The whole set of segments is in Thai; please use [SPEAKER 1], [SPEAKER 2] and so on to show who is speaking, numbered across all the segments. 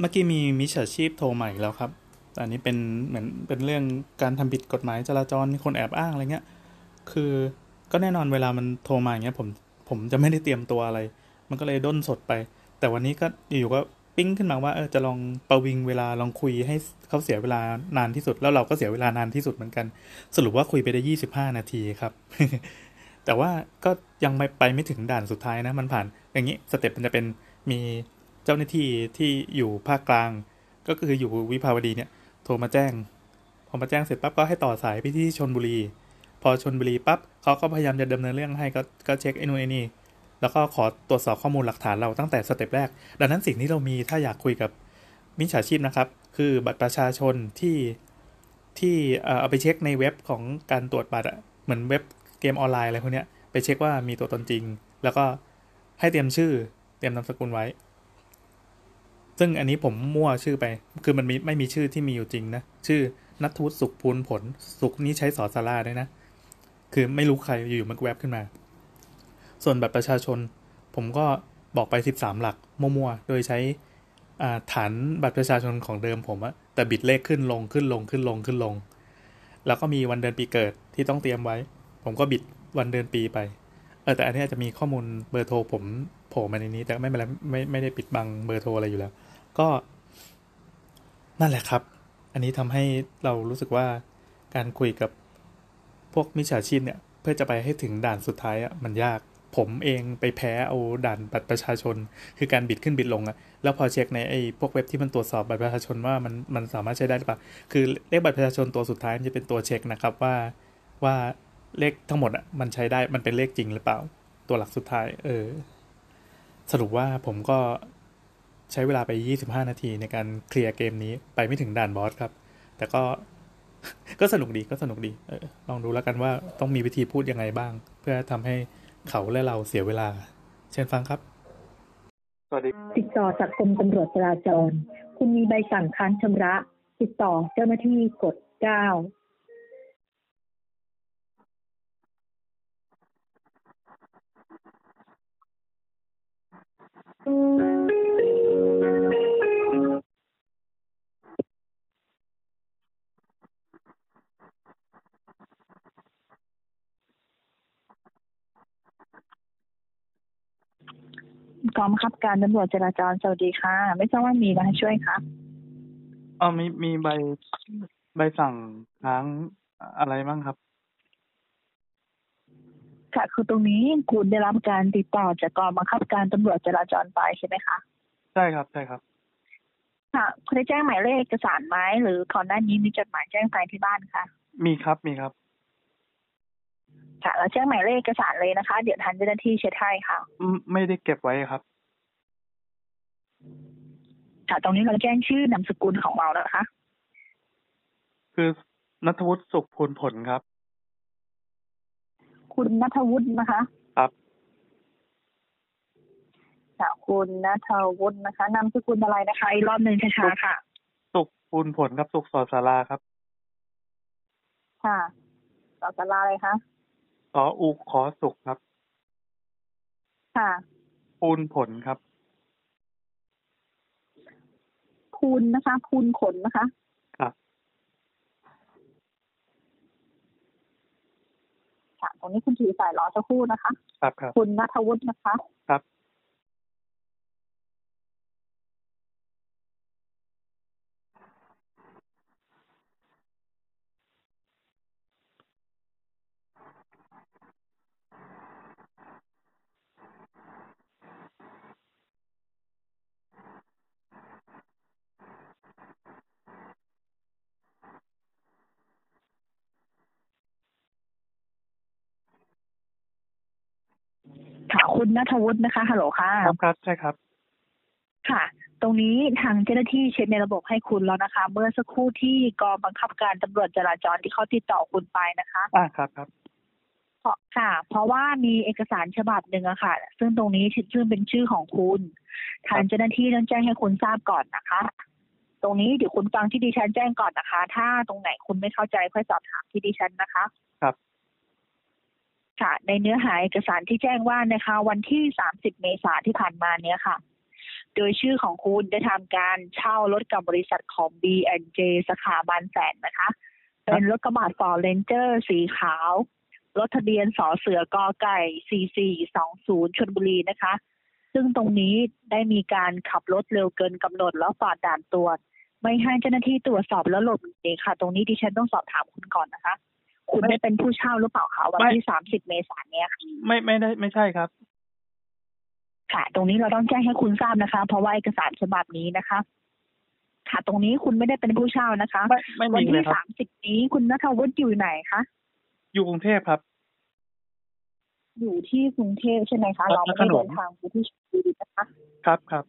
[SPEAKER 1] เมื่อกี้มีมิจฉาชีพโทรมาอีกแล้วครับแต่อันนี้เป็นเหมือนเป็นเรื่องการทำผิดกฎหมายจราจรมีคนแอบอ้างอะไรเงี้ย คือก็แน่นอนเวลามันโทรมาอย่างเงี้ยผมผมจะไม่ได้เตรียมตัวอะไร มันก็เลยด้นสดไป แต่วันนี้ก็อยู่ๆก็ปิ้งขึ้นมาว่าเออจะลองประวิงเวลาลองคุยให้เขาเสียเวลานานที่สุด แล้วเราก็เสียเวลานานที่สุดเหมือนกัน สรุปว่าคุยไปได้ยี่สิบห้านาทีครับ แต่ว่าก็ยังไม่ไปไม่ถึงด่านสุดท้ายนะ มันผ่าน อย่างนี้สเต็ปมันจะเป็นมีเจ้าหน้าที่ที่อยู่ภาคกลาง ก็คืออยู่วิภาวดีเนี่ยโทรมาแจ้ง พอมาแจ้งเสร็จปั๊บก็ให้ต่อสายไปที่ชนบุรี พอชนบุรีปั๊บเขาก็พยายามจะดำเนินเรื่องให้ก็ก็เช็คไอ้นู่นไอ้นี่ แล้วก็ขอตรวจสอบข้อมูลหลักฐานเราตั้งแต่สเต็ปแรก ดังนั้นสิ่งที่เรามีถ้าอยากคุยกับมิจฉาชีพนะครับ คือบัตรประชาชนที่ที่เอ่อเอาไปเช็คในเว็บของการตรวจบัตรอะเหมือนเว็บเกมออนไลน์อะไรพวกเนี้ยไปเช็คว่ามีตัวตนจริง แล้วก็ให้เตรียมชื่อเตรียมนามสกุลไว้ ซึ่งอันนี้ผมมั่วชื่อไป คือมันมีไม่มีชื่อที่มีอยู่จริงนะ ชื่อนัทวุฒิสุขพูนผล สุขนี้ใช้สอสาราด้วยนะ คือไม่รู้ใครอยู่ๆมันก็แวบขึ้นมา ส่วนบัตรประชาชน ผมก็บอกไป 13 หลักมั่วๆ โดยใช้อ่าฐานบัตรประชาชนของเดิมผมอะแต่บิดเลขขึ้นลงขึ้นลงขึ้นลงขึ้นลง แล้วก็มีวันเดือนปีเกิดที่ต้องเตรียมไว้ ผมก็บิดวันเดือนปีไป เออแต่อันนี้อาจจะมีข้อมูลเบอร์โทรผมโผล่มาในนี้ แต่ไม่เป็นไรไม่ไม่ได้ปิดบังเบอร์โทรอะไรอยู่แล้ว ก็ นั่นแหละครับ อันนี้ทำให้เรารู้สึกว่าการคุยกับพวกมิจฉาชีพเนี่ย เพื่อจะไปให้ถึงด่านสุดท้ายอะมันยาก ผมเองไปแพ้เอาด่านบัตรประชาชน คือการบิดขึ้นบิดลงอะแล้วพอเช็คในไอ้พวกเว็บที่มันตรวจสอบบัตรประชาชนว่ามันมันสามารถใช้ได้หรือเปล่าคือเลขบัตรประชาชนตัวสุดท้ายมันจะเป็นตัวเช็คนะครับว่าว่าเลขทั้งหมดอะมันใช้ได้มันเป็นเลขจริงหรือเปล่า ตัวหลักสุดท้าย เออ สรุปว่าผมก็ ใช้เวลาไป 25 นาทีในการเคลียร์เกมนี้ไปไม่ถึงด่านบอสครับ แต่ก็ ก็สนุกดีก็สนุกดีเออลองดูแล้วกันว่าต้องมีวิธีพูดยังไงบ้าง เพื่อทำให้เขาและเราเสียเวลา เชิญฟังครับ
[SPEAKER 2] สวัสดี
[SPEAKER 3] ติดต่อจากกรมตำรวจจราจร คุณมีใบสั่งค้างชำระ ติดต่อเจ้าหน้าที่กด 9
[SPEAKER 4] กองบังคับการตำรวจจราจรสวัสดีค่ะ ไม่ทราบว่ามีอะไรให้ช่วยคะ
[SPEAKER 1] อ๋อมีมีใบใบสั่งค้างอะไรบ้างครับ
[SPEAKER 4] ค่ะ คือตรงนี้คุณได้รับการติดต่อจากกองบังคับการตำรวจจราจรไปใช่ไหมคะ
[SPEAKER 1] ใช่ครับใช่ครับ
[SPEAKER 4] ค่ะ คุณได้แจ้งหมายเลขเอกสารไหมหรือก่อนหน้านี้มีจดหมายแจ้งไปที่บ้านคะ
[SPEAKER 1] มีครับมีครับ
[SPEAKER 4] ค่ะแล้วแจ้งหมายเลขเอกสารเลยนะคะ เดี๋ยวทันเจ้าหน้าที่เช็ดให้ค่ะ
[SPEAKER 1] ไม่ได้เก็บไว้ครับ
[SPEAKER 4] ค่ะ ตรงนี้เราแจ้งชื่อนามสกุลของเรานะคะ
[SPEAKER 1] คือนัทวุฒิสุขพูลผลครับ
[SPEAKER 4] คุณนัทวุฒินะคะ
[SPEAKER 1] ครับ
[SPEAKER 4] ค่ะคุณนัทวุฒินะคะนามสกุลอะไรนะคะอีกรอบหนึ่งช้าๆค่ะ
[SPEAKER 1] สุขพูลผลครับสุขสอสาราครับ
[SPEAKER 4] ค่ะต่อสาราอะไรคะ
[SPEAKER 1] สออูขอสุขครับ
[SPEAKER 4] ค่ะ
[SPEAKER 1] พูลผลครับ
[SPEAKER 4] พูนนะคะ พูนขนนะคะ
[SPEAKER 1] ครับ
[SPEAKER 4] ค่ะตรงนี้คุณถือสายรอสักครู่นะคะ
[SPEAKER 1] ครับครับ
[SPEAKER 4] คุณนัทวุฒินะคะ
[SPEAKER 1] ครับ
[SPEAKER 4] ค่ะ คุณนัทวุฒินะคะฮัลโหลค่ะ
[SPEAKER 1] ครับครับใช่ครับ
[SPEAKER 4] ค่ะ ตรงนี้ทางเจ้าหน้าที่เช็คในระบบให้คุณแล้วนะคะ เมื่อสักครู่ที่กองบังคับการตำรวจจราจรที่เขาติดต่อคุณไปนะคะ
[SPEAKER 1] อ่าครับครับ
[SPEAKER 4] เพราะค่ะ เพราะว่ามีเอกสารฉบับหนึ่งอะค่ะ ซึ่งตรงนี้ชื่อชื่อเป็นชื่อของคุณ ทางเจ้าหน้าที่ต้องแจ้งให้คุณทราบก่อนนะคะ ตรงนี้เดี๋ยวคุณฟังที่ดิฉันแจ้งก่อนนะคะ ถ้าตรงไหนคุณไม่เข้าใจค่อยสอบถามที่ดิฉันนะคะ
[SPEAKER 1] ครับ
[SPEAKER 4] ค่ะ ในเนื้อหาเอกสารที่แจ้งว่านะคะ วันที่ 30 เมษาที่ผ่านมาเนี้ยค่ะ โดยชื่อของคุณได้ทำการเช่ารถกับบริษัทของ B&J สาขาบางแสนนะคะ เป็นรถกระบะฟอร์เรนเจอร์สีขาว รถทะเบียนสอเสือกอไก่ 4420ชนบุรีนะคะ ซึ่งตรงนี้ได้มีการขับรถเร็วเกินกำหนดแล้วฝ่าด่านตรวจ ไม่ให้เจ้าหน้าที่ตรวจสอบแล้วหลบหนีค่ะ ตรงนี้ดิฉันต้องสอบถามคุณก่อนนะคะ คุณได้เป็นผู้เช่าหรือเปล่าคะวันที่ 30 เมษายนเนี้ยค่ะ
[SPEAKER 5] ไม่ไม่ได้ไม่ใช่ครับ
[SPEAKER 4] ค่ะ ตรงนี้เราต้องแจ้งให้คุณทราบนะคะ เพราะว่าเอกสารฉบับนี้นะคะ ค่ะ ตรงนี้คุณไม่ได้เป็นผู้เช่านะคะ
[SPEAKER 5] ไม่ไม่
[SPEAKER 4] วั
[SPEAKER 5] มีเล
[SPEAKER 4] ที่
[SPEAKER 5] ยครับ
[SPEAKER 4] สามสิบนี้คุณนัทวุฒิอยู่ไหนคะ
[SPEAKER 5] อยู่กรุงเทพครับ
[SPEAKER 4] อยู่ที่กรุงเทพใช่ไหม
[SPEAKER 5] ครั
[SPEAKER 4] คะ
[SPEAKER 5] บ
[SPEAKER 4] เราไม่
[SPEAKER 5] ค
[SPEAKER 4] ได้
[SPEAKER 5] รับผม
[SPEAKER 4] เดินทางไปที่ชลบุรีนะคะ
[SPEAKER 5] ครับครับ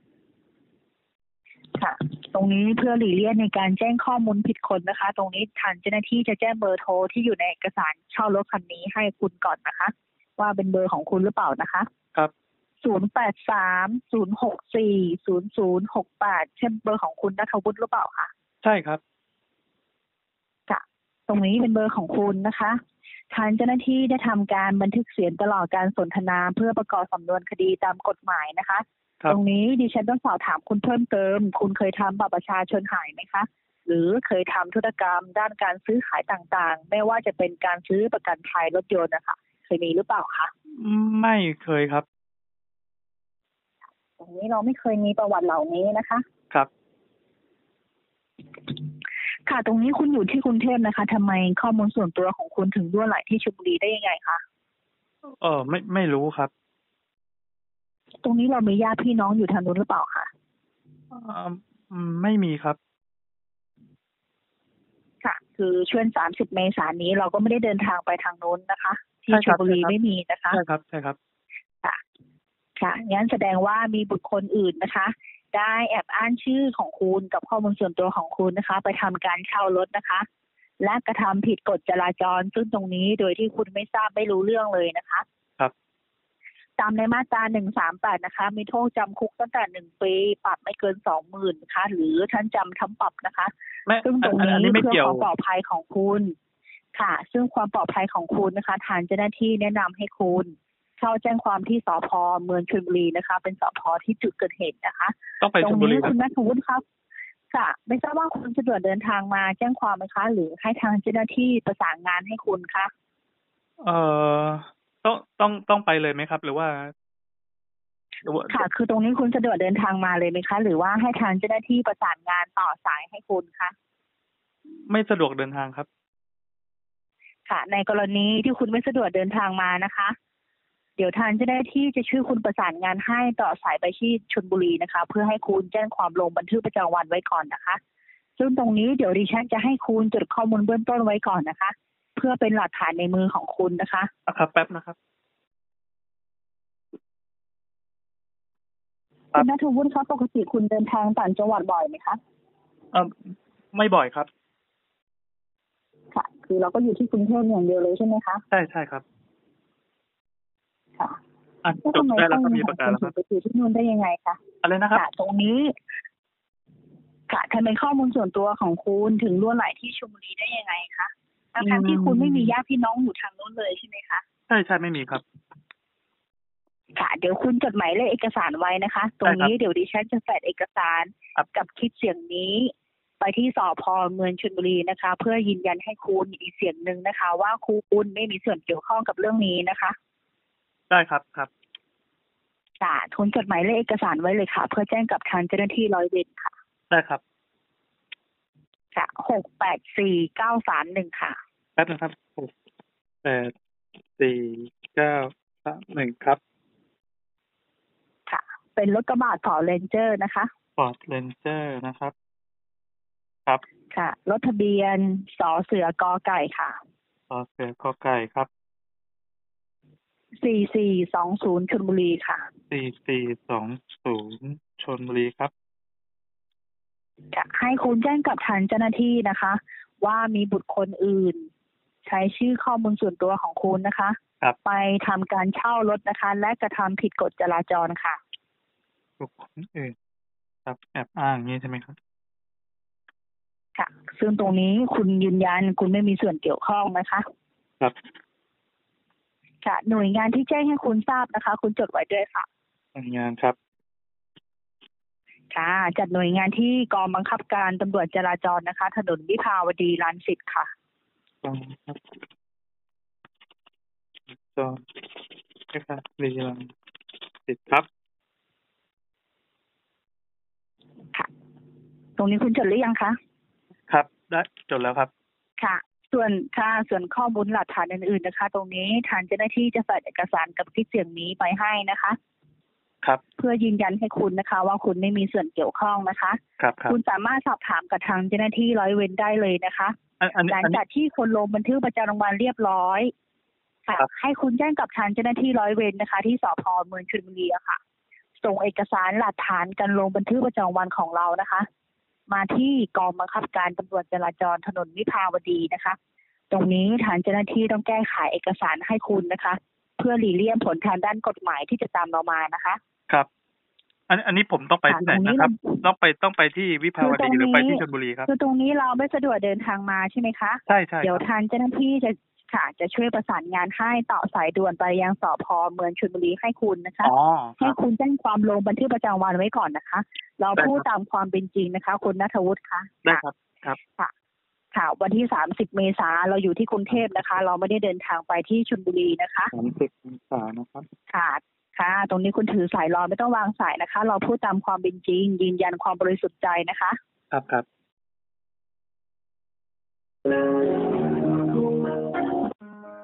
[SPEAKER 4] ค่ะ ตรงนี้เพื่อหลีกเลี่ยงในการแจ้งข้อมูลผิดคนนะคะ ตรงนี้ทางเจ้าหน้าที่จะแจ้งเบอร์โทรที่อยู่ในเอกสารเช่ารถคันนี้ให้คุณก่อนนะคะ ว่าเป็นเบอร์ของคุณหรือเปล่านะคะ
[SPEAKER 5] ครับ
[SPEAKER 4] ศูนย์แปดสามศูนย์หกสี่ศูนย์ศูนย์หกแปดใช่เบอร์ของคุณนัทวุฒิหรือเปล่าคะ
[SPEAKER 5] ใช่ครับ
[SPEAKER 4] ตรงนี้เป็นเบอร์ของคุณนะคะ ทางเจ้าหน้าที่ได้ทำการบันทึกเสียงตลอดการสนทนา เพื่อประกอบสำนวนคดีตามกฎหมายนะคะ
[SPEAKER 5] ครับ
[SPEAKER 4] ตรงนี้ดิฉันต้องสอบถามคุณเพิ่มเติม คุณเคยทำบัตรประชาชนหายไหมคะ หรือเคยทำธุรกรรมด้านการซื้อขายต่างๆ ไม่ว่าจะเป็นการซื้อประกันภัยรถยนต์นะคะ เคยมีหรือเปล่าคะ
[SPEAKER 5] ไม่เคยครับ
[SPEAKER 4] ตรงนี้เราไม่เคยมีประวัติเหล่านี้นะคะ
[SPEAKER 5] ครับ
[SPEAKER 4] ค่ะ ตรงนี้คุณอยู่ที่กรุงเทพนะคะทำไมข้อมูลส่วนตัวของคุณถึงรั่วไหลที่ชลบุรีได้ยังไงคะ
[SPEAKER 5] เออไม่ไม่รู้ครับ
[SPEAKER 4] ตรงนี้เรามีญาติพี่น้องอยู่ทางนู้นหรือเปล่าคะ
[SPEAKER 5] เอ่อไม่มีครับ
[SPEAKER 4] ค่ะ คือช่วง30 เมษายนนี้เราก็ไม่ได้เดินทางไปทางนู้นนะคะ ที่
[SPEAKER 5] ใช่ค
[SPEAKER 4] ช
[SPEAKER 5] รั
[SPEAKER 4] ล
[SPEAKER 5] บ
[SPEAKER 4] บุรี
[SPEAKER 5] ใช่ครับ
[SPEAKER 4] ไม่มีนะคะ
[SPEAKER 5] ใช่ครับใช่ครับ
[SPEAKER 4] ค่ะ งั้นแสดงว่ามีบุคคลอื่นนะคะ ได้แอบอ้างชื่อของคุณกับข้อมูลส่วนตัวของคุณนะคะ ไปทำการเช่ารถนะคะ และกระทำผิดกฎจราจร ซึ่งตรงนี้โดยที่คุณไม่ทราบไม่รู้เรื่องเลยนะคะ
[SPEAKER 5] ครับ
[SPEAKER 4] ตามในมาตรา 138 นะคะ มีโทษจำคุกตั้งแต่ 1 ปี ปรับไม่เกิน 20,000นะคะ หรือทั้งจำทั้งปรับนะคะ
[SPEAKER 5] ไม่
[SPEAKER 4] ซึ่งตรง
[SPEAKER 5] อันอัน
[SPEAKER 4] นี้
[SPEAKER 5] นี้ไม่
[SPEAKER 4] เพื่
[SPEAKER 5] เกี่
[SPEAKER 4] อ
[SPEAKER 5] ยว
[SPEAKER 4] ความปลอดภัยของคุณ ค่ะ ซึ่งความปลอดภัยของคุณนะคะ ทางเจ้าหน้าที่แนะนำให้คุณเข้าแจ้งความที่สพเมืองชลบุรีนะคะ เป็นสพที่จุดเกิดเหตุนะคะ
[SPEAKER 5] ต้องไป
[SPEAKER 4] ตร
[SPEAKER 5] ชล
[SPEAKER 4] ง
[SPEAKER 5] บุรี
[SPEAKER 4] นี้
[SPEAKER 5] ครั
[SPEAKER 4] คุ
[SPEAKER 5] บ
[SPEAKER 4] ณนัทวุฒิครับค่ะไม่ทราบว่าคุณสะดวกเดินทางมาแจ้งความไหมคะ หรือให้ทางเจ้าหน้าที่ประสานงานให้คุณคะ
[SPEAKER 5] เอ่อต้องต้องต้องไปเลยไหมครับ หรือว่าหรือว่า
[SPEAKER 4] ค่ะ คือตรงนี้คุณสะดวกเดินทางมาเลยไหมคะ หรือว่าให้ทางเจ้าหน้าที่ประสานงานต่อสายให้คุณคะ
[SPEAKER 5] ไม่สะดวกเดินทางครับ
[SPEAKER 4] ค่ะ ในกรณีที่คุณไม่สะดวกเดินทางมานะคะ เดี๋ยวทางเจ้าหน้าที่จะช่วยคุณประสานงานให้ต่อสายไปที่ชลบุรีนะคะ เพื่อให้คุณแจ้งความลงบันทึกประจำวันไว้ก่อนนะคะ ซึ่งตรงนี้เดี๋ยวดิฉันจะให้คุณจดข้อมูลเบื้องต้นไว้ก่อนนะคะ เพื่อเป็นหลักฐานในมือของคุณนะคะ
[SPEAKER 5] อ่ะครับ แป๊บนะครับ ครับ
[SPEAKER 4] คุณนัทวุฒิครับปกติคุณเดินทางต่างจังหวัดบ่อยไหมคะ
[SPEAKER 5] เอ่อไม่บ่อยครับ
[SPEAKER 4] ค่ะ คือเราก็อยู่ที่กรุงเทพอย่างเดียวเลยใช่ไหมคะ
[SPEAKER 5] ใช่ใช่ครับ
[SPEAKER 4] ค่ะ
[SPEAKER 5] อ่ะจบได้แล้วครับมีประกาศแล้วครับ
[SPEAKER 4] ไปอยู่ที่นู่นได้ยังไงคะ
[SPEAKER 5] อะไรนะครับ
[SPEAKER 4] ค่ะตรงนี้ ค่ะทำไมข้อมูลส่วนตัวของคุณถึงล่วไหลที่ชลบุรีได้ยังไงคะทั้งท
[SPEAKER 5] อืม
[SPEAKER 4] ที่คุณไม่มีญาติพี่น้องอยู่ทางนู้นเลยใช่ไหมคะ
[SPEAKER 5] ใช่ใช่ไม่มีครับ
[SPEAKER 4] ค่ะ เดี๋ยวคุณจดหมายเลขเอกสารไว้นะคะ ตรงนี้เดี๋ยวดิฉันจะแฝดเอกสาร
[SPEAKER 5] ครับ
[SPEAKER 4] กับคลิปเสียงนี้ ไปที่สพเมืองชลบุรีนะคะ เพื่อยืนยันให้คุณอีกเสียงหนึ่งนะคะ ว่าคุณไม่มีส่วนเกี่ยวข้องกับเรื่องนี้นะคะ
[SPEAKER 5] ได้ครับครับ
[SPEAKER 4] ค่ะทุนจดหมายเลขเอกสารไว้เลยค่ะ เพื่อแจ้งกับทางเจ้าหน้าที่ร้อยเวรค่ะ
[SPEAKER 5] ได้ครับ
[SPEAKER 4] ค่ะหกแปดสี่เก้าสามหนึ่งค่ะ
[SPEAKER 5] แป๊บนะครับหกแปดสี่เก้าสามหนึ่งครับ
[SPEAKER 4] เป็นรถกระบะต่อเลนเจอร์นะคะ
[SPEAKER 5] ฟอร์ดเรนเจอร์นะครับ
[SPEAKER 4] ค่ะ รถทะเบียนสอเสือกอไก่ค่ะ
[SPEAKER 5] ต่อเสือก็ไก่ครับ
[SPEAKER 4] 4420ชลบุรีค่ะ
[SPEAKER 5] สี่สี่สองศูนย์ชนบุรีครับ
[SPEAKER 4] ค่ะ ให้คุณแจ้งกับทางเจ้าหน้าที่นะคะ ว่ามีบุตรคนอื่น ใช้ชื่อข้อมูลส่วนตัวของคุณนะคะ
[SPEAKER 5] ครับ
[SPEAKER 4] ไปทำการเช่ารถนะคะ และกระทำผิดกฎจราจรค่ะ
[SPEAKER 5] บุคคลอื่นครับแอบอ้างอย่างนี้ใช่ไหมครับ
[SPEAKER 4] ค่ะ ซึ่งตรงนี้คุณยืนยันคุณไม่มีส่วนเกี่ยวข้องนะคะ
[SPEAKER 5] ครับ
[SPEAKER 4] ค่ะ หน่วยงานที่แจ้งให้คุณทราบนะคะ คุณจดไว้ด้วยค่ะ
[SPEAKER 5] ทำงานครับ
[SPEAKER 4] ค่ะจัดหน่วยงานที่กองบังคับการตำรวจจราจรนะคะ ถนนวิภาวดีรังสิตค่ะ
[SPEAKER 5] กองครับจอนนะครับรีลังติดครับ
[SPEAKER 4] ตรงนี้คุณจดหรือยังคะ
[SPEAKER 5] ครับ ได้จบแล้วครับ
[SPEAKER 4] ค่ะ ส่วนค่ะส่วนข้อมูลหลักฐานอื่นๆนะคะ ตรงนี้ทางเจ้าหน้าที่จะใส่เอกสารกับคลิปเสียงนี้ไปให้นะคะ
[SPEAKER 5] ครับ
[SPEAKER 4] เพื่อยืนยันให้คุณนะคะ ว่าคุณไม่มีส่วนเกี่ยวข้องนะคะ
[SPEAKER 5] ครับครับ
[SPEAKER 4] คุณสามารถสอบถามกับทางเจ้าหน้าที่ร้อยเว้นได้เลยนะคะ
[SPEAKER 5] อันอัน
[SPEAKER 4] หลัง
[SPEAKER 5] อัน
[SPEAKER 4] จากที่คนลงบันทึกประจำวันเรียบร้อยค่ะ
[SPEAKER 5] ครับ
[SPEAKER 4] ให้คุณแจ้งกับทางเจ้าหน้าที่ร้อยเวรนะคะ ที่สพเมืองชลบุรีอะค่ะ ส่งเอกสารหลักฐานการลงบันทึกประจำวันของเรานะคะ มาที่กองบังคับการตำรวจจราจรถนนวิภาวดีนะคะ ตรงนี้ทางเจ้าหน้าที่ต้องแก้ไขเอกสารให้คุณนะคะ เพื่อหลีกเลี่ยงผลทางด้านกฎหมายที่จะตามเรามานะคะ
[SPEAKER 5] ครับ อันอันนี้ผมต้องไปที่ไหน
[SPEAKER 4] ค่ะตง
[SPEAKER 5] นะครับต้
[SPEAKER 4] เรา
[SPEAKER 5] องไปต้องไปที่วิภาวดี
[SPEAKER 4] คือตรงนี้
[SPEAKER 5] หรือไปที่ชลบุรีครับ
[SPEAKER 4] คือตรงนี้เราไม่สะดวกเดินทางมาใช่ไหมคะ
[SPEAKER 5] ใช่ใช่
[SPEAKER 4] เดี๋ยว
[SPEAKER 5] ครับ
[SPEAKER 4] ทางเจ้าหน้าที่จะค่ะจะช่วยประสานงานให้ต่อสายด่วนไปยังสพเมืองชลบุรีให้คุณนะคะ
[SPEAKER 5] อ๋อค
[SPEAKER 4] ให้
[SPEAKER 5] รับ
[SPEAKER 4] คุณแจ้งความลงบันทึกประจำวันไว้ก่อนนะคะ เรา
[SPEAKER 5] ได้ครับ
[SPEAKER 4] พูดตามความเป็นจริงนะคะ คุณนัทวุฒิคะ
[SPEAKER 5] ได้ครับ
[SPEAKER 4] ค่ะ วันที่ 30 เมษาเราอยู่ที่กรุงเทพนะคะ เราไม่ได้เดินทางไปที่ชลบุรีนะคะ
[SPEAKER 5] สามสิบองศานะครับ
[SPEAKER 4] ค่ะ ค่ะ ตรงนี้คุณถือสายรอไม่ต้องวางสายนะคะ เราพูดตามความเป็นจริง ยืนยันความบริสุทธิ์ใจนะคะ
[SPEAKER 5] ครับครับ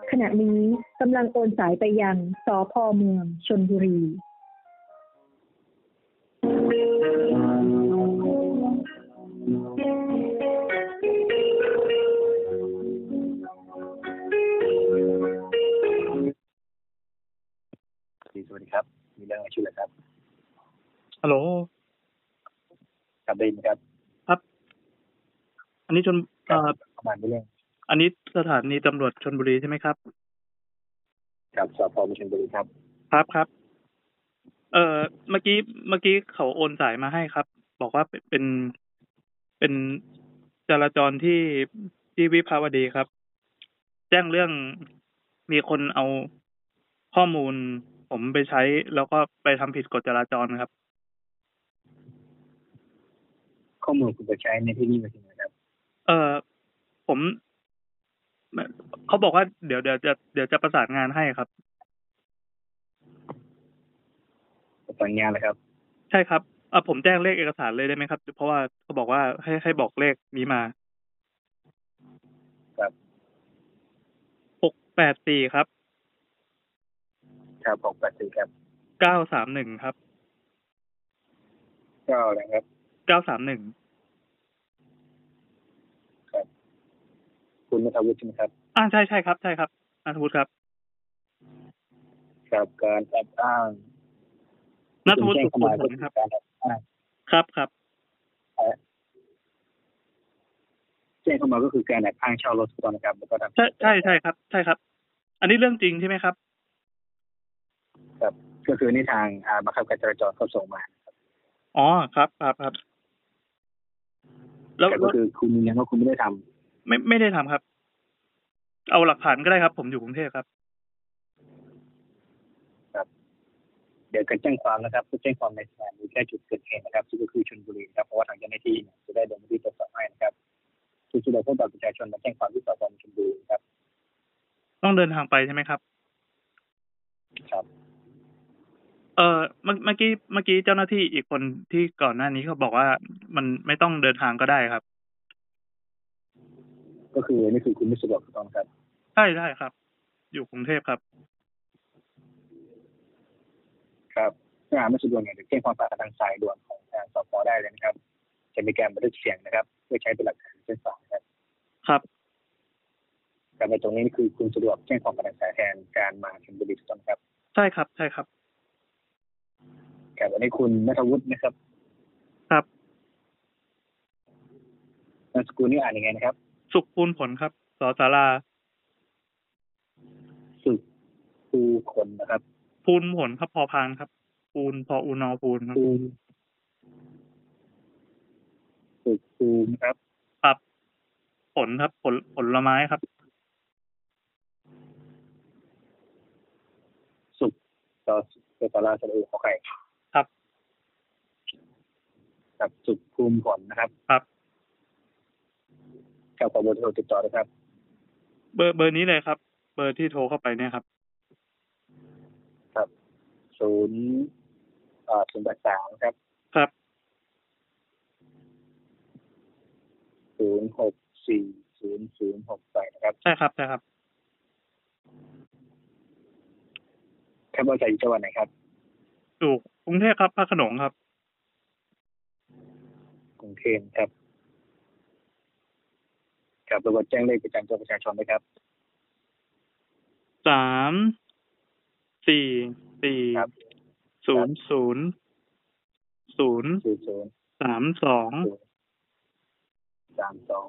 [SPEAKER 3] ขณะนี้กำลังโอนสายไปยังสพเมืองชนบุรี
[SPEAKER 6] สวัสดีครับ มีเรื่องอะไรช่วยเหลือครับ
[SPEAKER 5] ฮัลโหล
[SPEAKER 6] ครับได้ยินไหมครับ
[SPEAKER 5] อันนี้ชนเอ่อ
[SPEAKER 6] ประมาณนี้เรื่อง
[SPEAKER 5] อันนี้สถานีตำรวจชนบุรีใช่ไหมครับ
[SPEAKER 6] ครับสพเมืองชลบุรีครับ
[SPEAKER 5] ครับครับ เอ่อ เมื่อกี้เมื่อกี้เขาโอนสายมาให้ครับ บอกว่าเป็นเป็นเป็นจราจรที่ที่วิภาวดีครับ แจ้งเรื่องมีคนเอาข้อมูลผมไปใช้ แล้วก็ไปทำผิดกฎจราจรครับ
[SPEAKER 6] ข้อมูลคุณจะใช้ในที่นี่มาถึงไหนครับ
[SPEAKER 5] เออผมเขาบอกว่าเดี๋ยวเดี๋ยวจะเดี๋ยวจะประสานงานให้ครับ
[SPEAKER 6] ประสานงานนะครับ
[SPEAKER 5] ใช่ครับเอ่อผมแจ้งเลขเอกสารเลยได้ไหมครับ เพราะว่าเขาบอกว่าให้ให้บอกเลขนี้มา
[SPEAKER 6] ครับ
[SPEAKER 5] หกแปดสี่ครับ
[SPEAKER 6] ครับของปฏิครับ
[SPEAKER 5] เก้าสามหนึ่งครับ
[SPEAKER 6] ก็นะครับ
[SPEAKER 5] เก้าสามหนึ่ง
[SPEAKER 6] คุณนัทวุฒิใช่ไหมครับ
[SPEAKER 5] อ่าใช่ใช่ครับ ใช่ครับนัทวุฒิครับ
[SPEAKER 6] ครับ การแอบอ้าง
[SPEAKER 5] นัทวุฒิ
[SPEAKER 6] แจ้ง
[SPEAKER 5] สุขุม
[SPEAKER 6] เข้ามา
[SPEAKER 5] ผ
[SPEAKER 6] ก็
[SPEAKER 5] ล
[SPEAKER 6] คือ
[SPEAKER 5] ครับ
[SPEAKER 6] การแอบอ้าง
[SPEAKER 5] ครับครับ
[SPEAKER 6] แจ้งเข้ามาก็คือการแอบอ้างเช่ารถถูกต้องนะครับแล้วก็ทำ
[SPEAKER 5] ใช่ใช่ใช่ครับ ใช่ครับ อันนี้เรื่องจริงใช่ไหมครับ
[SPEAKER 6] ก็คือนี่ทางอ่าบังคับการจราจรเขาส่งมา
[SPEAKER 5] อ๋อครับครับครับ แล้ว
[SPEAKER 6] แต่ก็
[SPEAKER 5] แล้ว
[SPEAKER 6] คือคุณยืนยันว่าคุณไม่ได้ทำ
[SPEAKER 5] ไม่ไม่ได้ทำครับ เอาหลักฐานก็ได้ครับ ผมอยู่กรุงเทพครับ
[SPEAKER 6] เดี๋ยวการแจ้งความนะครับจะแจ้งความในสถานีแค่จุดเกิดเหตุนะครับซึ่งก็คือชลบุรีนะครับเพราะว่าทางเจ้าหน้าที่เนี่ยจะได้ลงพื้นที่ตรวจสอบให้นะครับคือสุดท้ายพวกบัตรประชาชนมาแจ้งความที่สพชลบุรีนะครับ
[SPEAKER 5] ต้องเดินทางไปใช่ไหมครับ
[SPEAKER 6] ครับ
[SPEAKER 5] เออเมื่อเมื่อกี้เมื่อกี้เจ้าหน้าที่อีกคนที่ก่อนหน้านี้เขาบอกว่ามันไม่ต้องเดินทางก็ได้ครับ
[SPEAKER 6] ก็คือนี่คือคุณไม่สะดวกถูกต้องครับ
[SPEAKER 5] ใช่ใช่ครับ อยู่กรุงเทพครับ
[SPEAKER 6] ครับถ้าหากไม่สะดวกเนี่ยเดี๋ยวแจ้งความผ่านทางสายด่วนของทางสพได้เลยนะครับ จะมีการบันทึกเสียงนะครับเพื่อใช้เป็นหลักฐานเส้นสายนะครับ
[SPEAKER 5] ครับ
[SPEAKER 6] แต่ในตรงนี้คือคุณสะดวกแจ้งความผ่านทางสายแทนการมาชลบุรีถูกต้องครับ
[SPEAKER 5] ใช่ครับ ใช่ครับ
[SPEAKER 6] ครับวันนี้คุณนัทวุฒินะครับ
[SPEAKER 5] ครับ
[SPEAKER 6] นามสกุลนี่อ่านยังไงนะครับ
[SPEAKER 5] สุขภูลผลครับสอสารา
[SPEAKER 6] สุขภูคนนะครับ
[SPEAKER 5] ภูลผลครับพอพานครับปูนพออูนอปูนครับ
[SPEAKER 6] ภูสุขภูนะครับ
[SPEAKER 5] ครับผลครับผลผลไม้ครับ
[SPEAKER 6] สุขต่อสตาราสระอูขอไข่
[SPEAKER 5] ครับ
[SPEAKER 6] กับสุขภูมิผลนะครับ
[SPEAKER 5] ครับ
[SPEAKER 6] กับขอเบอร์โทรติดต่อนะครับ
[SPEAKER 5] เบอร์เบอร์นี้เลยครับ เบอร์ที่โทรเข้าไปเนี่ยครับ
[SPEAKER 6] ครับศูนย์เอ่อศูนย์แปดสามครับ
[SPEAKER 5] ครับ
[SPEAKER 6] ศูนย์หกสี่ศูนย์ศูนย์หกแปดนะครับ
[SPEAKER 5] ใช่ครับใช่ครับ
[SPEAKER 6] ครับว่าจะอยู่จังหวัดไหนครับ
[SPEAKER 5] อยู่กรุงเทพครับพระโขนงครับ
[SPEAKER 6] กรุงเทพครับ ครับระบบแจ้งเลขประจำตัวประชาชนนะครับ
[SPEAKER 5] สาม สี่ สี่
[SPEAKER 6] ครับ
[SPEAKER 5] ศูนย์ศูนย์ศูนย์
[SPEAKER 6] ศูนย์ศูนย์
[SPEAKER 5] สามสอง
[SPEAKER 6] สามสอง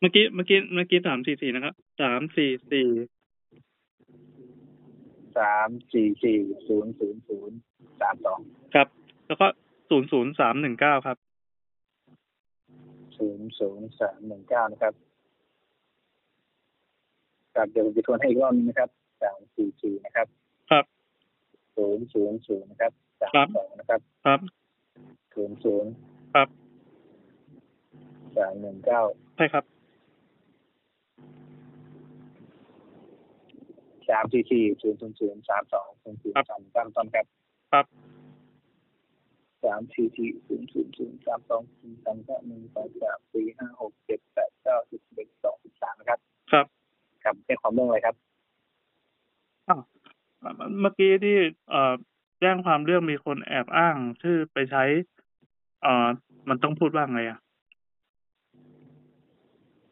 [SPEAKER 5] เมื่อกี้ เมื่อกี้ เมื่อกี้สามสี่สี่นะครับ สามสี่สี่
[SPEAKER 6] สามสี่สี่ศูนย์ศูนย์ศูนย์สามสอง
[SPEAKER 5] ครับ แล้วก็ศูนย์ศูนย์สามหนึ่งเก้าครับ
[SPEAKER 6] ศูนย์ศูนย์สามหนึ่งเก้านะครับครับเดี๋ยวผมจะทวนให้อีกรอบนึงนะครับสามสี่สี่นะครับ
[SPEAKER 5] ครับ
[SPEAKER 6] ศูนย์ศูนย์ศูนย์นะครับสาม
[SPEAKER 5] ครับ
[SPEAKER 6] สองนะครับ
[SPEAKER 5] ครับ
[SPEAKER 6] ศูนย์ศูนย์
[SPEAKER 5] ครับ
[SPEAKER 6] สามหนึ่งเก้า
[SPEAKER 5] ใช่ครับ
[SPEAKER 6] สามสี่สี่ศูนย์ศูนย์ศูนย์สามสองศูนย์ศูนย์สามสามต้นครับ
[SPEAKER 5] ครับ
[SPEAKER 6] สามสี่สี่ศูนย์ศูนย์ศูนย์สามสองศูนย์สามเก้าหนึ่งสองสามสี่ห้าหกเจ็ดแปดเก้าสิบเอ็ดสองสิบสามนะครับ
[SPEAKER 5] ครับ
[SPEAKER 6] ครับได้ความเรื่องอะไรครับ
[SPEAKER 5] เมื่อกี้ที่เอ่อแจ้งความเรื่องมีคนแอบอ้าง ชื่อไปใช้ เอ่อ มันต้องพูดว่าไงอ่ะ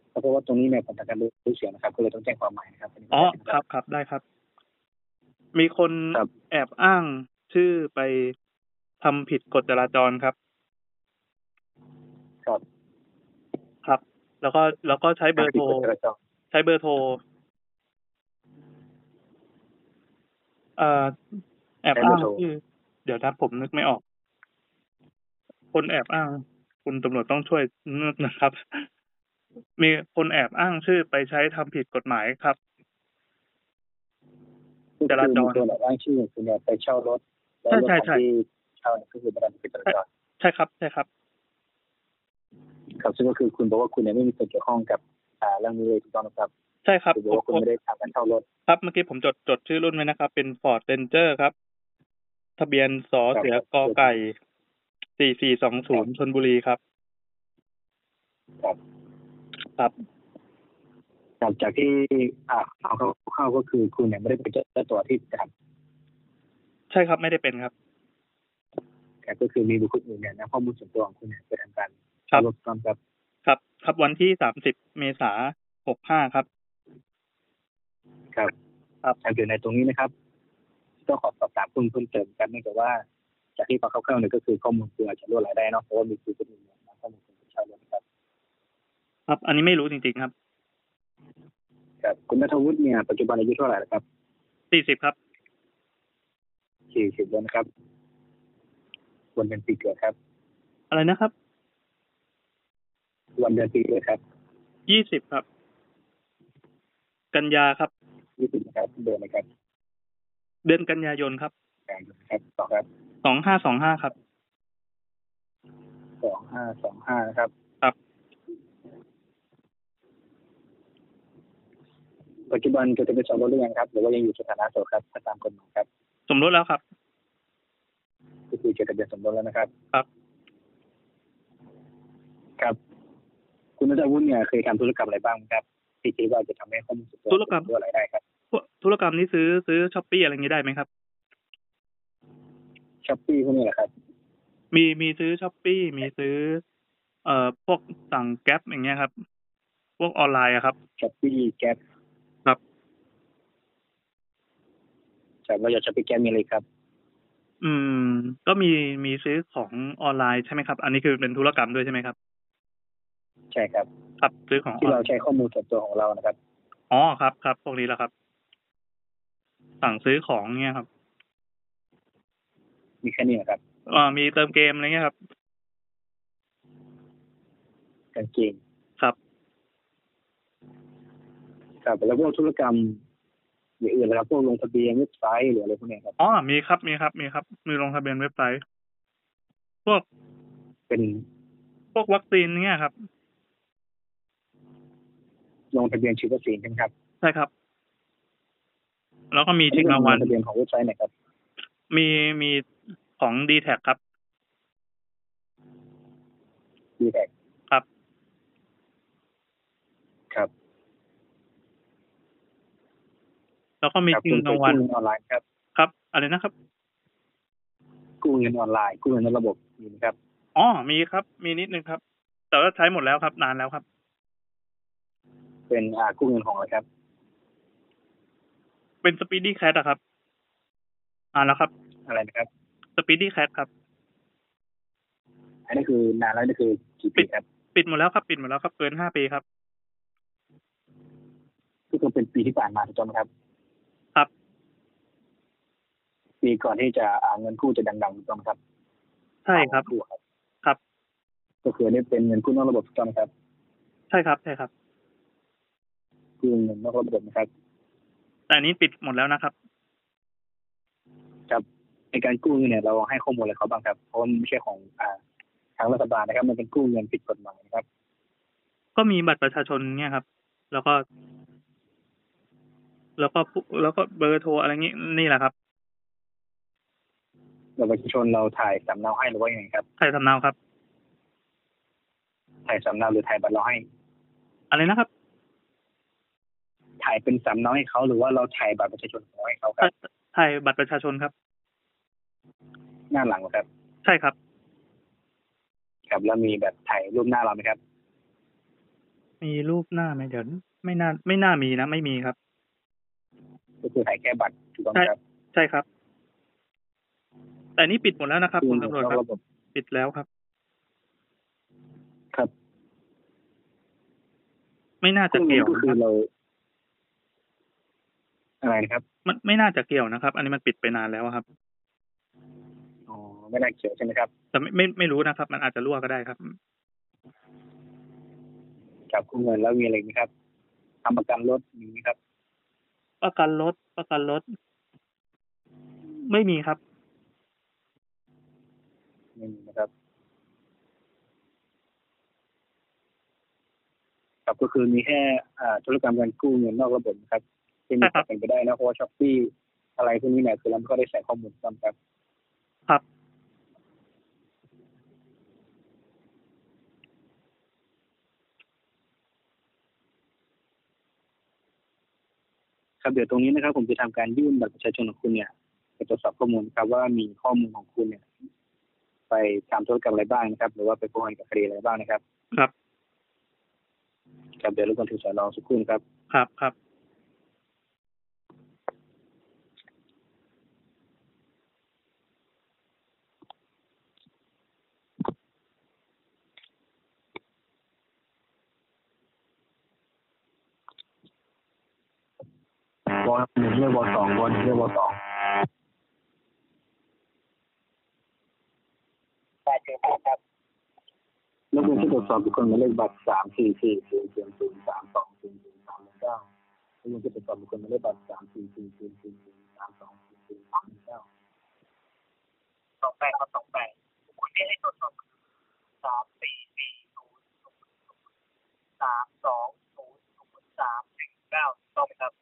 [SPEAKER 6] เพราะว่าตรงนี้เนี่ยผมทำการรู้เสียงนะครับ ก็เลยต้องแจ้งความหมายนะครับ
[SPEAKER 5] อ๋อครับครับได้ครับ มีคน
[SPEAKER 6] ครับ
[SPEAKER 5] แอบอ้างชื่อไปทำผิดกฎจราจรครับ
[SPEAKER 6] ครับ
[SPEAKER 5] ครับ แล้วก็แล้วก็ใช้เบอร์โทร
[SPEAKER 6] กฎจราจร
[SPEAKER 5] ใช้เบอร์โทรเอ่อแอบอ้างชื่อเดี๋ยวนะผมนึกไม่ออก คนแอบอ้าง คุณตำรวจต้องช่วยนึกนะครับ มีคนแอบอ้างชื่อไปใช้ทำผิดกฎหมายครับ จราจร
[SPEAKER 6] คือมีตัวแบบอ้างชื่อคุณเนี่ยไปเช่ารถแล้วรถ
[SPEAKER 5] ใช่
[SPEAKER 6] ของ
[SPEAKER 5] ใช่
[SPEAKER 6] ที่เช่าเนี่ยก็คือประกันผิดจราจร
[SPEAKER 5] ใช่ครับใช่ครับ
[SPEAKER 6] ครับซึ่งก็คือคุณบอกว่าคุณเนี่ยไม่มีส่วนเกี่ยวข้องกับอ่าเรื่องนี้เลยถูกต้องนะครับ
[SPEAKER 5] ใช่ครับ
[SPEAKER 6] คุณบอ
[SPEAKER 5] ผม
[SPEAKER 6] กว่าคุณไม่ได้ทำการเช่ารถ
[SPEAKER 5] ครับเมื่อกี้ผมจดจดชื่อรุ่นไว้นะครับ เป็น Ford Ranger ครับ ทะเบียนสอเสือกอไก่สี่สี่สองศูนย์ชนบุรีครับ
[SPEAKER 6] ครับ
[SPEAKER 5] ครับ
[SPEAKER 6] ครับจากที่อ่าเอาเข้าเข้าก็คือคุณเนี่ยไม่ได้ไปเจอตัวที่จับ
[SPEAKER 5] ใช่ครับไม่ได้เป็นครับ
[SPEAKER 6] แต่ก็คือมีบุคคลอื่นเนี่ยนะข้อมูลส่วนตัวของคุณเนี่ยไปทำการ
[SPEAKER 5] ครั
[SPEAKER 6] เช่า
[SPEAKER 5] บ
[SPEAKER 6] รถถูกต้องครับ
[SPEAKER 5] ครับ ครับวันที่สามสิบเมษาหกห้าครับ
[SPEAKER 6] ครับ
[SPEAKER 5] ครับ
[SPEAKER 6] ครับอยู่ในตรงนี้นะครับก็ขอสอบถามเพิ่มเพิ่มเติมกันเนื่องจากว่า จากที่ฟังคร่าวๆเนี่ยก็คือข้อมูลคุณอาจจะรั่วไหลได้เนอะเพราะว่ามีคนอื่นเนี่ยนำข้อมูลคุณไปเช่ารถนะครับ
[SPEAKER 5] ครับ อันนี้ไม่รู้จริงๆครับ
[SPEAKER 6] ครับคุณนัทวุฒิเนี่ยปัจจุบันอายุเท่าไหร่แล้วครับ
[SPEAKER 5] สี่สิบครับ
[SPEAKER 6] สี่สิบแล้วนะครับวันเดือนปีเกิดครับ
[SPEAKER 5] อะไรนะครับ
[SPEAKER 6] วันเดือนปีเกิดครับ
[SPEAKER 5] ยี่สิบครับ กันยาครับ
[SPEAKER 6] ยี่สิบนะครับเดือนนะครับ
[SPEAKER 5] เดือนกันยายนครับ
[SPEAKER 6] กลางเดือนนะครับสองครับ
[SPEAKER 5] สองห้าสองห้าครับ
[SPEAKER 6] สองห้าสองห้านะครับ
[SPEAKER 5] ครับ
[SPEAKER 6] ปัจจุบันจดทะเบียนสมรสหรือยังครับ หรือว่ายังอยู่สถานะโสดครับถ้าตามกฎหมายครับ
[SPEAKER 5] สมรสแล้วครับ
[SPEAKER 6] ก็คือจดทะเบียนสมรสแล้วนะครับ
[SPEAKER 5] ครับ
[SPEAKER 6] ครับ คุณนัทวุฒิเนี่ยเคยทำธุรกรรมอะไรบ้างไหมครับที่คิดว่าจะทำให้ข้อมูลส่วนตัว
[SPEAKER 5] ธุรกรรม
[SPEAKER 6] ด้วยรายได้ครับ
[SPEAKER 5] พวกธุรกรรมนี้ซื้อซื้อช้อปปี้อะไรอย่างนี้ได้ไหมครับ
[SPEAKER 6] ช้อปปี้พวกนี้แหละครับ
[SPEAKER 5] มีมีซื้อช้อปปี้มีซื้อ เอ่อพวกสั่งแก๊ปอย่างเงี้ยครับ พวกออนไลน์อะครับ
[SPEAKER 6] ช้อปปี้แก๊ป
[SPEAKER 5] ครับ
[SPEAKER 6] จากว่าอยากช้อปปี้แก๊ปมีอะไรครับ
[SPEAKER 5] อืม ก็มีมีซื้อของออนไลน์ใช่ไหมครับ อันนี้คือเป็นธุรกรรมด้วยใช่ไหมครับ
[SPEAKER 6] ใช่ครับ
[SPEAKER 5] ครับซื้อของอ
[SPEAKER 6] ที่
[SPEAKER 5] อนไล
[SPEAKER 6] เรา
[SPEAKER 5] น์
[SPEAKER 6] ใช้ข้อมูลส่วนตัวของเรานะครับ
[SPEAKER 5] อ๋อครับครับพวกนี้แหละครับ สั่งซื้อของเนี่ยครับ
[SPEAKER 6] มีแค่นี้นะครับ
[SPEAKER 5] อ่ามีเติมเกมอะไรเงี้ยครับ
[SPEAKER 6] กางเกง
[SPEAKER 5] ครับ
[SPEAKER 6] ครับแล้วพวกธุรกรรมอย่างอื่นนะครับพวกลงทะเบียนเว็บไซต์หรืออะไรพวกเนี้ยครับ
[SPEAKER 5] อ๋อมีครับมีครับมีครับ มีลงทะเบียนเว็บไซต์ พวก
[SPEAKER 6] เป็น
[SPEAKER 5] พวกวัคซีนเนี่ยครับ
[SPEAKER 6] ลงทะเบียนฉีดวัคซีนใช่ไหมครับ
[SPEAKER 5] ใช่ครับ แล้วก็มีชิงรางวัล
[SPEAKER 6] ลทะเบียนของเว็บไซต์ไหนครับ
[SPEAKER 5] มีมีของดีแท็ครับ
[SPEAKER 6] ดีแท็
[SPEAKER 5] ครับ
[SPEAKER 6] ครับ
[SPEAKER 5] แล้วก็มี
[SPEAKER 6] ครับ
[SPEAKER 5] ชิ
[SPEAKER 6] คุ
[SPEAKER 5] ง
[SPEAKER 6] ณไป
[SPEAKER 5] ราง
[SPEAKER 6] กู้
[SPEAKER 5] วัล
[SPEAKER 6] เงินออนไลน์ครับ
[SPEAKER 5] ครับ อะไรนะครับ
[SPEAKER 6] กู้เงินออนไลน์กู้เงินในระบบมีไหมครับ
[SPEAKER 5] อ๋อ มีครับ มีนิดนึงครับ แต่ว่าใช้หมดแล้วครับ นานแล้วครับ
[SPEAKER 6] เป็นอ่ากู้เงินของอะไรครับ
[SPEAKER 5] เป็นสปีดดี้แคทอะครับ อ่านแล้วครับ
[SPEAKER 6] อะไรนะครับ
[SPEAKER 5] สปีดดี้แคทครับ
[SPEAKER 6] อันนี้คือนานแล้วนี่คือกี่ปีครับ
[SPEAKER 5] ปิดหมดแล้วครับ ปิดหมดแล้วครับ เกินห้าปีครับ
[SPEAKER 6] ก็คือเป็นปีที่ผ่านมาถูกต้องไหมครับ
[SPEAKER 5] ครับ
[SPEAKER 6] ปีก่อนที่จะอ่าเงินกู้จะดังๆถูกต้องไหมครับ
[SPEAKER 5] ใช่ครับ
[SPEAKER 6] เงินกู้
[SPEAKER 5] ครับ
[SPEAKER 6] ก็คือนี่เป็นเงินกู้นอกระบบถูกต้องไหมครับ
[SPEAKER 5] ใช่ครับ ใช่ครับ
[SPEAKER 6] กู้เงินนอกระบบนะครับ
[SPEAKER 5] แต่อันนี้ปิดหมดแล้วนะครับ
[SPEAKER 6] ในการกู้เงินเนี่ยเราให้ข้อมูลอะไรเขาบ้างครับ เพราะว่ามันไม่ใช่ของอ่าทางรัฐบาลนะครับ มันเป็นกู้เงินผิดกฎหมายนะครับ
[SPEAKER 5] ก็มีบัตรประชาชนเนี่ยครับ แล้วก็ แล้วก็ผู้แล้วก็เบอร์โทรอะไรงี้นี่แหละครับ
[SPEAKER 6] เราประชาชนเราถ่ายสำเนาให้หรือว่าอย่างไรครับ
[SPEAKER 5] ใครทำเนาครับ
[SPEAKER 6] ถ่ายสำเนาหรือถ่ายบัตรเราให้
[SPEAKER 5] อะไรนะครับ
[SPEAKER 6] ถ่ายเป็นสำเนาให้เขาหรือว่าเราถ่ายบัตรประชาชนของเราให้เขาครับ
[SPEAKER 5] ใช่บัตรประชาชนครับ
[SPEAKER 6] หน้าหลังเหรอครับ
[SPEAKER 5] ใช่ครับ
[SPEAKER 6] ครับ แล้วมีแบบถ่ายรูปหน้าเราไหมครับ
[SPEAKER 5] มีรูปหน้าไหมเดี๋ยวไม่น่าไม่น่ามีนะไม่มีครับ
[SPEAKER 6] ก็คือถ่ายแค่บัตรถูกต้องไหมครับ
[SPEAKER 5] ใช่ครับ แต่นี่ปิดหมดแล้วนะครับ
[SPEAKER 6] กู้
[SPEAKER 5] คุณ
[SPEAKER 6] เงิน
[SPEAKER 5] ตำรวจ
[SPEAKER 6] น
[SPEAKER 5] ค
[SPEAKER 6] อก
[SPEAKER 5] รับ
[SPEAKER 6] ระบบ
[SPEAKER 5] ปิดแล้วครับ
[SPEAKER 6] ครับ
[SPEAKER 5] ไม่น่าจะ
[SPEAKER 6] กู้เงิ
[SPEAKER 5] เกี่ยวนะครั
[SPEAKER 6] นก็คือ
[SPEAKER 5] บ
[SPEAKER 6] เรา อะไรนะครับ
[SPEAKER 5] มันไม่น่าจะเกี่ยวนะครับ อันนี้มันปิดไปนานแล้วอะครับ
[SPEAKER 6] อ๋อ ไม่น่าเกี่ยวใช่ไหมครับ
[SPEAKER 5] แต่ไม่ไม่ไม่รู้นะครับ มันอาจจะรั่วก็ได้ครับ
[SPEAKER 6] ครับกู้เงินแล้วมีอะไรอีกไหมครับทำประกันรถมีไหมครับ
[SPEAKER 5] ประกันรถประกันรถ ไม่มีครับ
[SPEAKER 6] ไม่มีนะครับครับก็คือมีแค่อ่าธุรกรรมการกู้เงินนอกระบบนะครับที่มี
[SPEAKER 5] ใช่ค
[SPEAKER 6] ค
[SPEAKER 5] รั
[SPEAKER 6] วา
[SPEAKER 5] บ
[SPEAKER 6] มเป็นไปได้นะเพราะว่าช้อปปี้อะไรพวกนี้เนี่ยคือเราก็ได้ใส่ข้อมูลซ้ำครับ
[SPEAKER 5] ครับ
[SPEAKER 6] ครับเดี๋ยวตรงนี้นะครับ ผมจะทำการยื่นบัตรประชาชนของคุณเนี่ยไปตรวจสอบข้อมูลครับว่ามีข้อมูลของคุณเนี่ย ไปทำธุรกรรมอะไรบ้างนะครับ หรือว่าไปพัวพันกับคดีอะไรบ้างนะครับ
[SPEAKER 5] ครับ
[SPEAKER 6] ครับเดี๋ยวรบกวนถือสายรอสักครู่นะครับ
[SPEAKER 5] ครับครับ
[SPEAKER 6] วอหนึ่งเรียกวอสองวอหนึ่งเรียกวอสองแล้วคุณที่ตรวจสอบบุคคลหมายเลขบัตรสามสี่สี่ศูนย์ศูนย์ศูนย์สามสองศูนย์ศูนย์สามหนึ่งเก้าแล้วคุณที่ตรวจสอบบุคคลหมายเลขบัตรสามสี่สี่ศูนย์ศูนย์ศูนย์สามสองศูนย์ศูนย์สามหนึ่งเก้าสองแปดครับสองแปดคุณที่ให้ตรวจสอบสามสี่สี่ศูนย์สามสองศูนย์ศูนย์สามหนึ่งเก้าต้องไหมครับ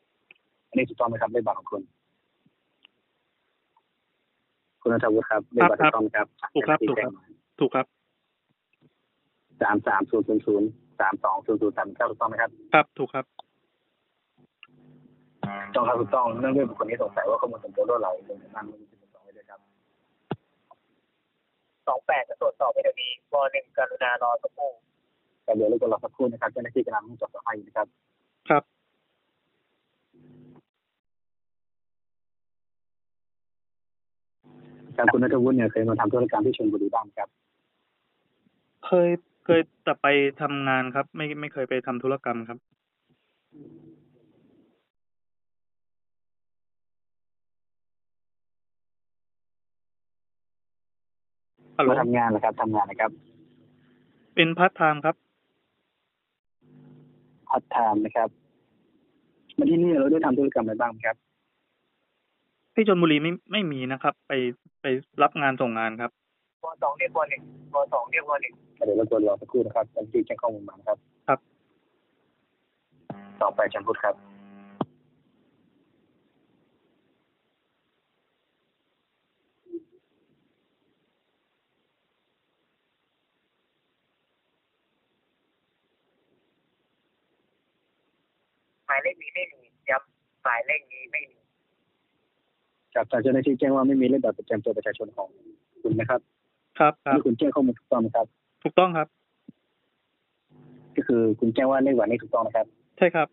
[SPEAKER 6] อันนี้ถูกต้องไหมครับเลขบัตรของคุณ คุณนัทวุฒิครับเลขบัตรถูกต้องไหมครับ
[SPEAKER 5] ถูกครับถูกครับ ถูกครับ
[SPEAKER 6] สามสามศูนย์ศูนย์ศูนย์สามสองศูนย์ศูนย์สามเก้าถูกต้องไหมครับ
[SPEAKER 5] ครับถูกครับ
[SPEAKER 6] ถูกต้องครับถูกต้องเรื่องด้วยบุคคลที่สงสัยว่าข้อมูลส่วนตัวรั่วไหลลงในนั้นไม่ถูกต้องไว้ด้วยครับสองแปดจะตรวจสอบให้เดี๋ยวนี้วอหนึ่งกรุณารอสักครู่แต่เดี๋ยวเราจะรอสักครู่นะครับเจ้าหน้าที่กำลังตรวจสอบให้อยู่นะครับ
[SPEAKER 5] ครับ
[SPEAKER 6] การคุณนัทวุฒิเนี่ยเคยมาทำธุรกรรมที่ชลบุรีบ้างไหมครับ
[SPEAKER 5] เคยเคยแต่ไปทำงานครับ ไม่ไม่เคยไปทำธุรกรรมครับ ฮัลโหล
[SPEAKER 6] มาทำงานนะครับทำงานนะครับ
[SPEAKER 5] เป็นพาร์ทไทม์ครับ
[SPEAKER 6] พัฒไทม์นะครับมาที่นี่เราได้ทำธุรกรรมอะไรบ้างไหมครับ
[SPEAKER 5] ที่ชลบุรีไม่ไม่มีนะครับ ไปไปรับงานส่งงานครับ
[SPEAKER 7] วสองเรียกวหนึ่งวสองเรียกวหนึ่ง
[SPEAKER 6] เดี๋ยวเราตรวจรอสักครู่นะครับตอนที่แจ้งข้อมูลมานะครับ
[SPEAKER 5] ครับ
[SPEAKER 6] ต่อไปจันพุทธครับ
[SPEAKER 7] หมายเลขนี้ไม่มีย้ำหมายเลขนี้ไม่มี
[SPEAKER 6] ครับทางเจ้าหน้าที่แจ้งว่าไม่มีเลขบัตรประจำตัวประชาชนของคุณนะครับ
[SPEAKER 5] ครับครับ
[SPEAKER 6] นี่คุณแจ้งข้อมูลถูกต้องนะครับ
[SPEAKER 5] ถูกต้องครับ
[SPEAKER 6] ก็คือคุณแจ้งว่าเลขบัตรนี้ถูกต้องนะครับ
[SPEAKER 5] ใช่ครับ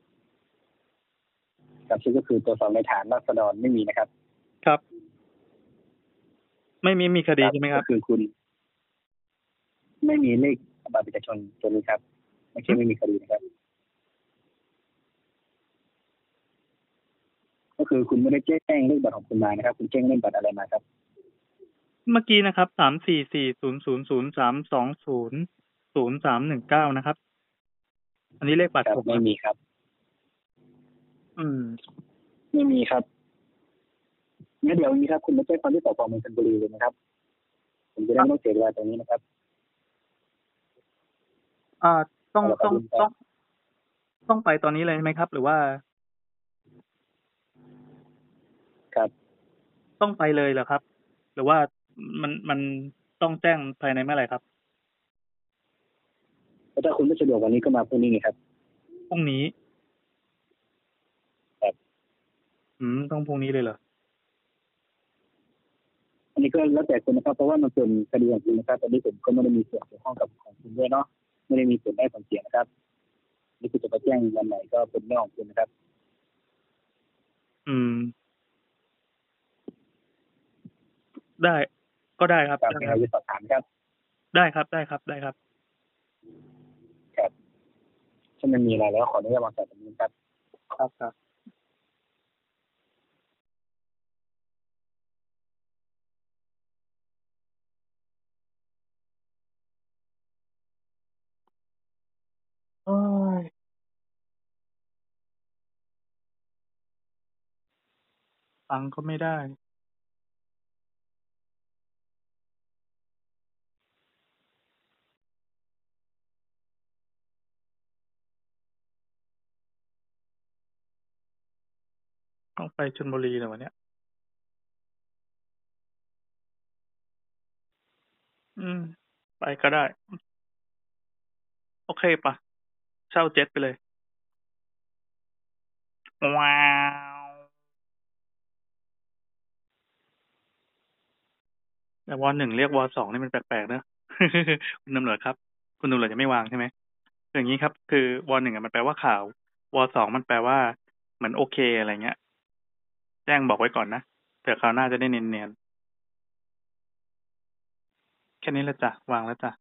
[SPEAKER 6] ครับซึ่งก็คือตัวจสอบในฐานรัษฎรไม่มีนะครับ
[SPEAKER 5] ครับ ไม่มีมีคดีใช่ไหมครับ
[SPEAKER 6] ก็คือคุณ ไม่มีเลขบัตรประชาชนตัวนี้ครับไม่ใช่ไม่มีคดีนะครับ ก็คือคุณไม่ได้แจ้งเลขบัตรของคุณมานะครับ คุณแจ้งเลขบัตรอะไรมาครับ
[SPEAKER 5] เมื่อกี้นะครับสามสี่สี่ศูนย์ศูนย์ศูนย์สามสองศูนย์ศูนย์สามหนึ่งเก้านะครับ อันนี้เลขบัตร
[SPEAKER 6] ครับ
[SPEAKER 5] ผม
[SPEAKER 6] ไม่มีครับ
[SPEAKER 5] อืม
[SPEAKER 6] ไม่มีครับงั้นเดี๋ยวนี้ครับ คุณมาแจ้งความที่สพเมืองชลบุรีเลยนะครับ ผมจะได้ไม่ต้องเสียเวลาตรงนี้นะครับ
[SPEAKER 5] อ่าต้อง
[SPEAKER 6] เอาละค
[SPEAKER 5] ต้
[SPEAKER 6] รับ
[SPEAKER 5] อง
[SPEAKER 6] ลุงค
[SPEAKER 5] ต้อ
[SPEAKER 6] รับ
[SPEAKER 5] งต้องไปตอนนี้เลยไหมครับ หรือว่า
[SPEAKER 6] ครับ
[SPEAKER 5] ต้องไปเลยเหรอครับ หรือว่ามันมันต้องแจ้งภายในเมื่อไหร่ครับ
[SPEAKER 6] แล้วถ้าคุณไม่สะดวกวันนี้ก็มาพรุ่งนี้ไงครับ
[SPEAKER 5] พรุ่งนี้
[SPEAKER 6] ครับ
[SPEAKER 5] อืมต้องพรุ่งนี้เลยเหรอ
[SPEAKER 6] อันนี้ก็แล้วแต่คุณนะครับ เพราะว่ามันเป็นคดีของคุณนะครับตอนนี้ผมก็ไม่ได้มีส่วนเกี่ยวข้องกับของคุณด้วยเนาะ ไม่ได้มีส่วนได้ส่วนเสียนะครับ นี่คุณจะไปแจ้งวันไหนก็เป็นเรื่องของคุณนะครับ
[SPEAKER 5] อืม ได้ ก็ได้ครับ
[SPEAKER 6] ตาม
[SPEAKER 5] ได้
[SPEAKER 6] ที่
[SPEAKER 5] ครับ
[SPEAKER 6] เราจะสอบถามนะครับ
[SPEAKER 5] ได้ครับได้ครับได้ครับ
[SPEAKER 6] ถ้ามันมีอะไรแล้วขออนุญาตวางสายตรงนี้ครับ
[SPEAKER 5] ครับครับ
[SPEAKER 7] โอ้ย
[SPEAKER 5] ฟังก็ไม่ได้ ต้องไปชลบุรีเลยวันเนี้ย อืม ไปก็ได้ โอเคปะเช่าเจ็ตไปเลย ว้าว แต่วอหนึ่งเรียกวอสองนี่มันแปลกๆเนอะ คุณตำรวจครับ คุณตำรวจยังไม่วางใช่ไหมคืออย่างนี้ครับ คือวอหนึ่งอะมันแปลว่าข่าววอสองมันแปลว่าเหมือนโอเคอะไรเงี้ย แจ้งบอกไว้ก่อนนะเผื่อคราวหน้าจะได้เนียนๆแค่นี้ละจ้ะวางแล้วจ้ะ